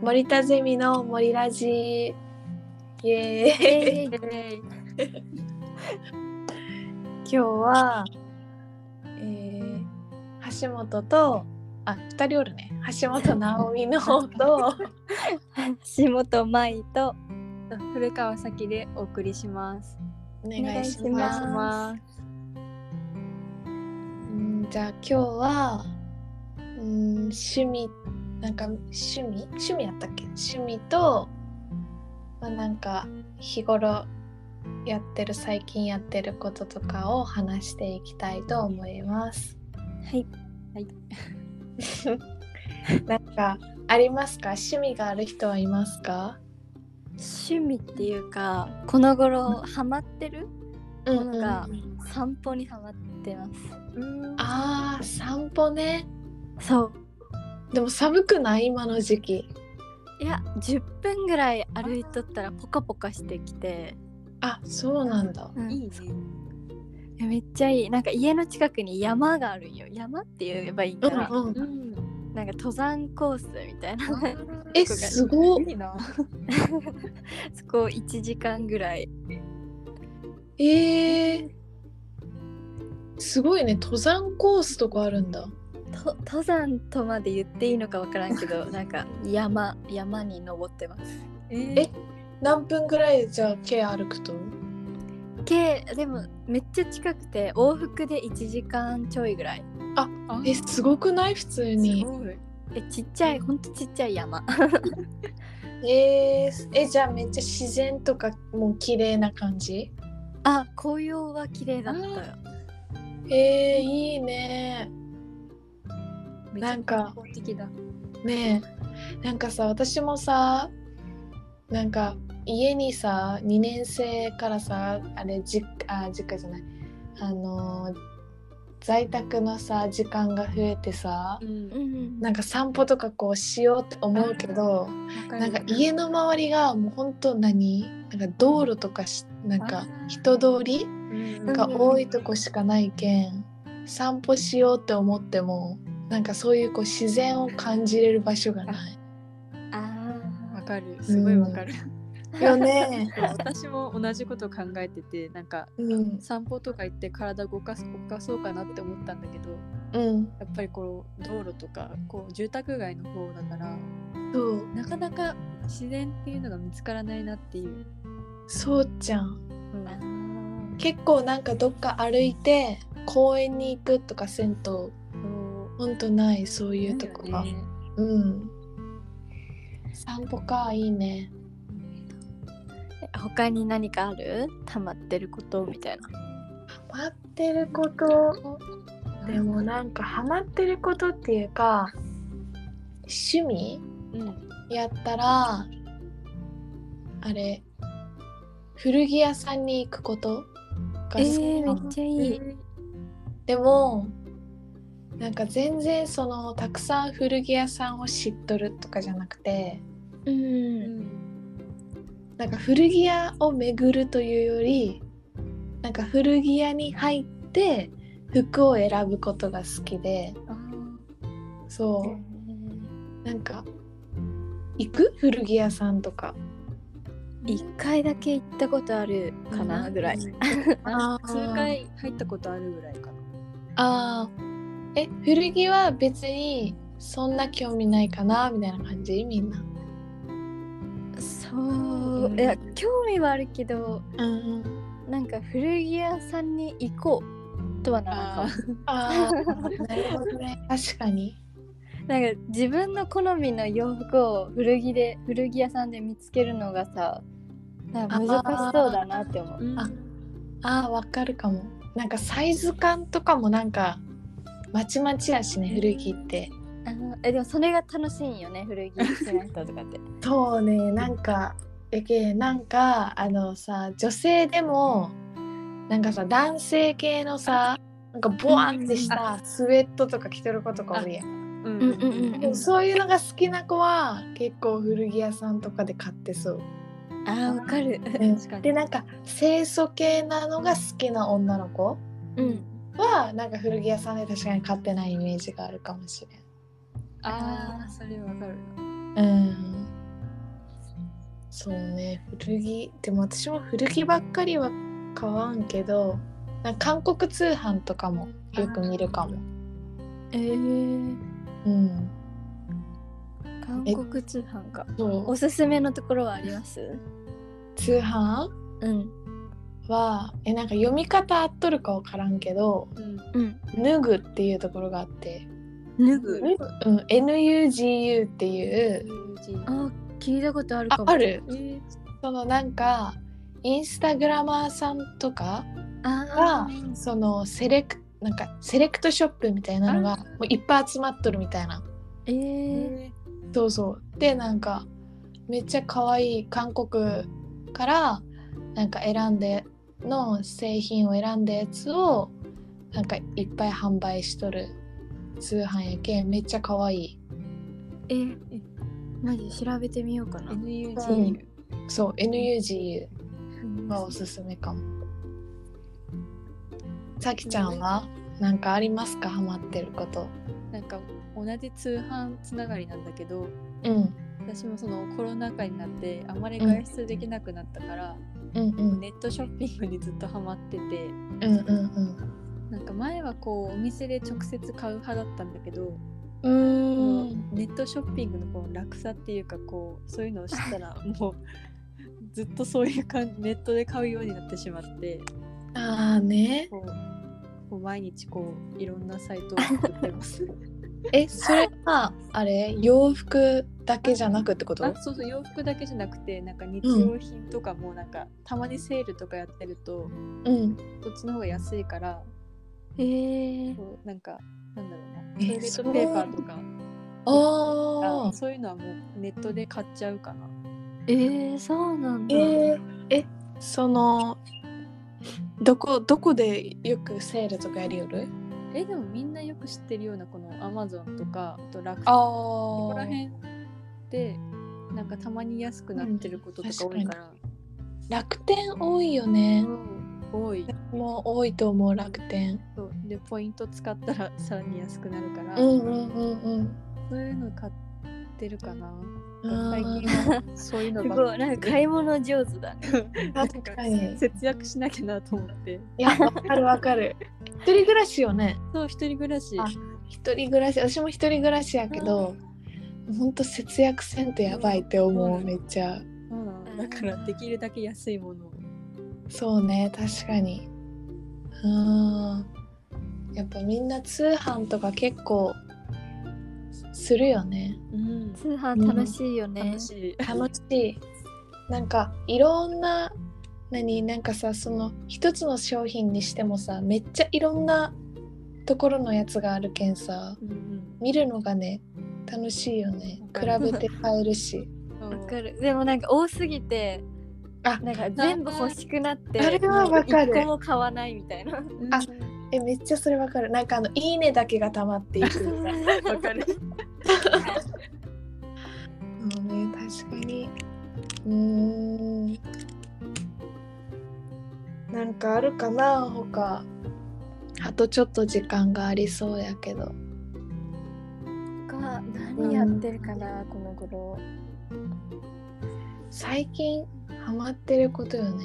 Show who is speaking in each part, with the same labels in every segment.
Speaker 1: 森田ゼミの森ラジイエーイ
Speaker 2: えー
Speaker 1: 今日は、えー橋本とあ二人おるね橋本直美の方と
Speaker 2: 橋本舞と古川咲でお送りします。
Speaker 1: お
Speaker 2: お。
Speaker 1: 願いしますうんじゃあ今日はうん趣味なんか趣味趣味やったっけ趣味と、まあ、なんか日頃やってる最近やってることとかを話していきたいと思います。
Speaker 2: はい。はい。
Speaker 1: なんかありますか趣味がある人はいますか
Speaker 2: 趣味っていうか、この頃ハマってるものが散歩にハマってます。
Speaker 1: あー散歩ね
Speaker 2: そう。
Speaker 1: でも寒くない今の時期
Speaker 2: いや、10分ぐらい歩いとったらポカポカしてきて、
Speaker 1: あそうなんだ
Speaker 2: うん
Speaker 3: いいね。
Speaker 2: いやめっちゃいい。なんか家の近くに山があるんよ。山って言えばいいんかな。
Speaker 1: うんうん
Speaker 3: ん。
Speaker 2: なんか登山コースみたいな。
Speaker 1: えすごっ
Speaker 3: いいな。
Speaker 2: そこを1時間ぐらい。
Speaker 1: えー、すごいね登山コースとかあるんだ
Speaker 2: と登山とまで言っていいのかわからんけ どなんか山山に登ってます
Speaker 3: え
Speaker 1: え何分ぐらいじゃあケア歩くと
Speaker 2: けでもめっちゃ近くて往復で1時間ちょいぐらい
Speaker 3: あ
Speaker 1: えすごくない普通に
Speaker 3: すごい。
Speaker 2: えちっちゃいほんとちっちゃい山
Speaker 1: えー、えじゃあめっちゃ自然とかもう綺麗な感じ
Speaker 2: あ紅葉は綺麗だったよ
Speaker 1: えー、いいね
Speaker 2: めっちゃ
Speaker 1: なんか
Speaker 2: 健康的だ
Speaker 1: ねえなんかさ私もさなんか家にさ2年生からさあれ実あ実家じゃないあのー在宅のさ時間が増えてさ
Speaker 3: うん
Speaker 2: う。ん
Speaker 1: なんか散歩とかこうしようって思うけどなんか家の周りがもうほんと何なんか道路とかしなんか人通り
Speaker 3: な
Speaker 1: が多いとこしかないけん散歩しようって思ってもなんかそういうこう自然を感じれる場所がない。
Speaker 3: わ
Speaker 2: あ
Speaker 3: かる。すごいわかる。
Speaker 1: よね。
Speaker 3: 私も同じこと考えてて、なんか
Speaker 1: うん、
Speaker 3: 散歩とか行って体動かす動かそうかなって思ったんだけど、
Speaker 1: うん、
Speaker 3: やっぱりこう道路とかこう住宅街の方だから、
Speaker 1: そう、
Speaker 3: なかなか自然っていうのが見つからないなっていう。
Speaker 1: そうちゃん。
Speaker 3: うん
Speaker 2: あ
Speaker 1: 結構なんかどっか歩いて公園に行くとか銭湯
Speaker 3: そう
Speaker 1: ほんとないそういうとこが、
Speaker 3: ね
Speaker 1: うん散歩かいいね
Speaker 2: え他に何かある溜まってることみたいな
Speaker 1: 待ってることでもなんかハマってることっていうか趣味
Speaker 3: うん。
Speaker 1: やったらあれ古着屋さんに行くことが好
Speaker 2: え
Speaker 1: きな
Speaker 2: ー、め
Speaker 1: の
Speaker 2: っちゃいい、
Speaker 1: でもなんか全然そのたくさん古着屋さんを知っとるとかじゃなくて
Speaker 2: うん
Speaker 3: うん
Speaker 1: なんか古着屋を巡るというよりなんか古着屋に入って服を選ぶことが好きで
Speaker 2: あ
Speaker 1: そうなんか行く古着屋さんとか
Speaker 2: ー一回だけ行ったことあるかなぐらい、
Speaker 1: あー
Speaker 3: 数回入ったことあるぐらいかな。
Speaker 1: あーえ古着は別にそんな興味ないかなみたいな感じみんな
Speaker 2: そう、
Speaker 3: うん
Speaker 2: いや興味はあるけど
Speaker 1: うん
Speaker 2: なんか古着屋さんに行こうとはならんか
Speaker 1: ああなるほどね確かに
Speaker 2: も なんか自分の好みの洋服を古着で古着屋さんで見つけるのがさなんか難しそうだなって思う
Speaker 3: あ
Speaker 1: あーわかるかもなんかサイズ感とかもなんかまちまちやしね古着って
Speaker 2: あのえでもそれが楽しいんよね古着好きな人とかって
Speaker 1: そうねなんかえけなんかあのさ女性でもなんかさ男性系のさなんかボワンってしたスウェットとか着てる子とかおるやん
Speaker 3: うん
Speaker 2: うんうんうん
Speaker 1: でもそういうのが好きな子は結構古着屋さんとかで買ってそう
Speaker 2: あーわかる
Speaker 3: 確かに。
Speaker 1: でなんか清楚系なのが好きな女の子
Speaker 2: うん
Speaker 1: はなんか古着屋さんで確かに買ってないイメージがあるかもしれん
Speaker 3: ああ、それわかるな。
Speaker 1: うんそうね古着でも私も古着ばっかりは買わんけどなんか韓国通販とかもよく見るかも
Speaker 2: えー、
Speaker 1: うん
Speaker 2: 韓国通販か
Speaker 1: そう
Speaker 2: おすすめのところはあります
Speaker 1: 通販
Speaker 2: うん
Speaker 1: はえなんか読み方合っとるか分からんけど
Speaker 3: うん
Speaker 2: うん
Speaker 1: 「脱ぐ」っていうところがあって
Speaker 2: 脱
Speaker 1: 「
Speaker 2: ぐ
Speaker 1: ぬぐうん、NUGU」っていう
Speaker 2: あ聞いたことあるか
Speaker 1: あ
Speaker 2: も
Speaker 1: ある
Speaker 3: えー
Speaker 1: そのなんかインスタグラマーさんとか
Speaker 2: あ
Speaker 1: がそのセレクなんかセレクトショップみたいなのが
Speaker 3: あ
Speaker 1: もういっぱい集まっとるみたいな
Speaker 2: ーえー、
Speaker 1: そうそうでなんかめっちゃ可愛い韓国からなんか選んでの製品を選んだやつをなんかいっぱい販売しとる通販やけんめっちゃ可愛い
Speaker 2: えマジ調べてみようかな
Speaker 3: NUGU
Speaker 1: そう NUGU が
Speaker 2: う
Speaker 1: おすすめかもさきちゃんはなんかありますかハマってること
Speaker 3: なんか同じ通販つながりなんだけど
Speaker 1: うん
Speaker 3: 私もそのコロナ禍になってあまり外出できなくなったか
Speaker 1: う
Speaker 3: ら、
Speaker 1: んうん
Speaker 3: ネットショッピングにずっとハマってて
Speaker 1: うんうん
Speaker 3: なんか前はこうお店で直接買う派だったんだけど、
Speaker 1: うんうーん
Speaker 3: ネットショッピングのこう楽さっていうかこうそういうのを知ったらもうずっとそういうかんネットで買うようになってしまって
Speaker 1: ああね
Speaker 3: こうこう毎日こういろんなサイ トを作ってます
Speaker 1: えそれはあれ洋服だけじゃなくってこと
Speaker 3: あそうそう洋服だけじゃなくてなんか日用品とかもなんか、たまにセールとかやってると
Speaker 1: うん
Speaker 3: こっちの方が安いから
Speaker 2: えー、
Speaker 3: こうなんかなんだろうな
Speaker 1: え
Speaker 3: トイレットペーパーとか
Speaker 1: あ
Speaker 3: あ
Speaker 1: あ
Speaker 3: そういうのはもうネットで買っちゃうかな。
Speaker 2: えー、そうなん
Speaker 1: え
Speaker 2: だ、
Speaker 1: ー、えそのどこどこでよくセールとかやりよる
Speaker 3: えでもみんなよく知ってるようなこのアマゾンとかあと楽天
Speaker 1: あ
Speaker 3: こ
Speaker 1: こ
Speaker 3: こら辺でなんかたまに安くなってることとか多いから、
Speaker 1: 楽天多いよね
Speaker 3: 多い
Speaker 1: もう多いと思う楽天
Speaker 3: そうでポイント使ったらさらに安くなるから、
Speaker 1: うんうんうん
Speaker 3: そういうの買ってるかな
Speaker 1: うん
Speaker 3: 最近はそういうの
Speaker 2: す
Speaker 3: ばっ
Speaker 2: ご
Speaker 3: か
Speaker 2: い
Speaker 3: り
Speaker 2: なんか買い物上手だね
Speaker 1: な
Speaker 3: な
Speaker 1: んん
Speaker 3: か
Speaker 1: かい
Speaker 3: 節約しなきゃなと思って
Speaker 1: やわかるわかる一人暮らしよね
Speaker 3: そう一人暮らし
Speaker 1: あ一人暮らし私も一人暮らしやけどほんと節約せんとやばいって思うめっちゃ
Speaker 3: そうなのだからできるだけ安いものを
Speaker 1: そうね確かにうーんやっぱみんな通販とか結構するよね
Speaker 3: うん
Speaker 2: 通販楽しいよね
Speaker 3: 楽、しい
Speaker 1: 楽しいなんかいろんな何なんかさその一つの商品にしてもさめっちゃいろんなところのやつがあるけんさ
Speaker 3: うん
Speaker 1: 見るのがね楽しいよね比べて買えるし
Speaker 3: うん
Speaker 2: わかるでもなんか多すぎて
Speaker 1: あ
Speaker 2: なんか全部欲しくなって
Speaker 1: あれはわかる
Speaker 2: 一個も買わないみたいな
Speaker 3: うん
Speaker 1: あえめっちゃそれわかるなんかあの「いいね」だけが溜まって いくみたいな
Speaker 3: わかる。
Speaker 1: そうね、確かに。うーん。なんかあるかな、他。あとちょっと時間がありそうやけど。
Speaker 2: 他何やってるかな、この頃
Speaker 1: 最近ハマってることよね。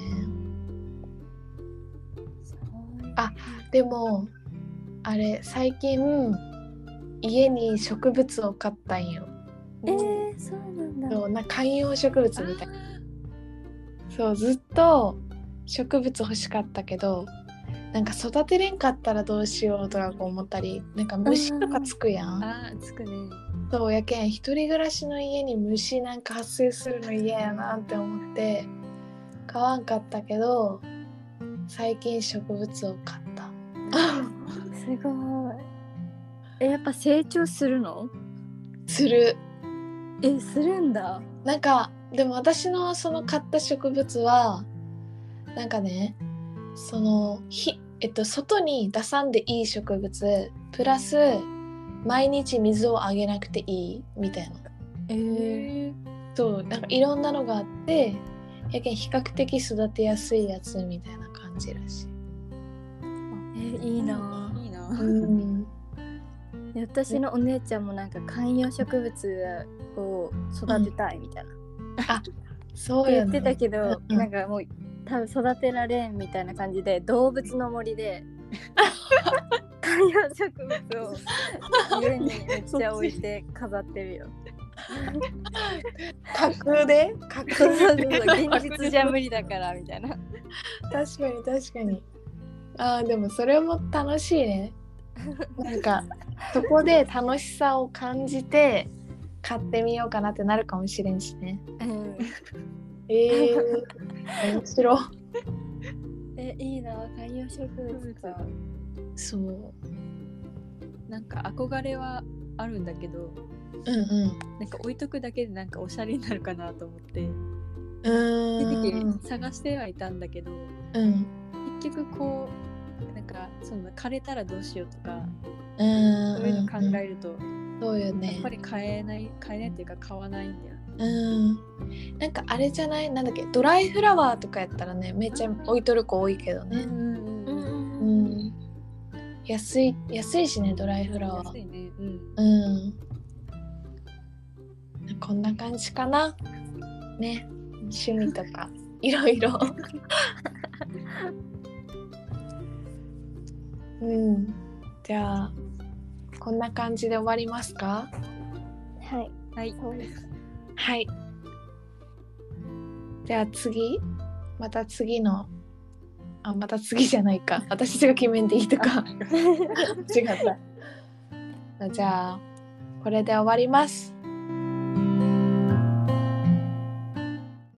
Speaker 1: あでも、あれ、最近家に植物を買ったんよ。
Speaker 2: えー、そうなんだ
Speaker 1: そうな観葉植物みたいな。そうずっと植物欲しかったけどなんか育てれんかったらどうしようとかこう思ったりなんか虫とかつくやん、
Speaker 3: あーつくね。
Speaker 1: そうやけん一人暮らしの家に虫なんか発生するの嫌やなって思って買わんかったけど最近植物を買 った
Speaker 2: すごいえやっぱ成長するの
Speaker 1: する
Speaker 2: えするんだ
Speaker 1: なんかでも私のその買った植物はなんかねそのひ、えっと、外に出さんでいい植物プラス毎日水をあげなくていいみたいな
Speaker 2: え
Speaker 3: え
Speaker 1: そうなんかいろんなのがあってやけん比較的育てやすいやつみたいな感じらしい。
Speaker 2: えいいない
Speaker 3: いな。
Speaker 1: うん、
Speaker 2: ぁ私のお姉ちゃんもなんか観葉植物を育てたいみたいな、
Speaker 1: そうや
Speaker 2: 言っ
Speaker 1: ね
Speaker 2: てたけど、
Speaker 1: うん
Speaker 2: なんかもう多分育てられんみたいな感じで動物の森 で観葉植物を家にめっちゃ置いて飾ってるよ。
Speaker 1: 架空で架
Speaker 2: そうそ
Speaker 1: 空
Speaker 2: うそう
Speaker 1: で
Speaker 2: 現実じゃ無理だからみたいな。
Speaker 1: 確かに確かにあーでもそれも楽しいねなん かそこで楽しさを感じて買ってみようかなってなるかもしれんしね
Speaker 2: うん、
Speaker 1: ええー、 面白い
Speaker 2: えいいな観葉植物か。
Speaker 1: そううん
Speaker 3: なんか憧れはあるんだけど
Speaker 1: うん
Speaker 3: なんか置いとくだけでなんかおしゃれになるかなと思って
Speaker 1: う
Speaker 3: 一時
Speaker 1: ーん
Speaker 3: 期探してはいたんだけど
Speaker 1: うん
Speaker 3: 結局こうなんかその枯れたらどうしようとか
Speaker 1: うん
Speaker 3: そういうの考えると
Speaker 1: そうよ
Speaker 3: やっ
Speaker 1: ね
Speaker 3: ぱり買えない買えないっていうか買わないんだよ
Speaker 1: うんなんかあれじゃないなんだっけドライフラワーとかやったらねめっちゃ置いとる子多いけどね、
Speaker 3: うんうん
Speaker 1: う
Speaker 2: うん
Speaker 1: ん、安い安いしねドライフラワ
Speaker 3: 安
Speaker 1: ー
Speaker 3: いねうん
Speaker 1: うんこんな感じかなね趣味とかいろいろ うんじゃあこんな感じで終わりますか
Speaker 2: はい
Speaker 3: はい
Speaker 2: そう です。
Speaker 1: はいじゃあ次また次のあまた次じゃないか私が決めんでいいとか 違った。じゃあ、これで終わります。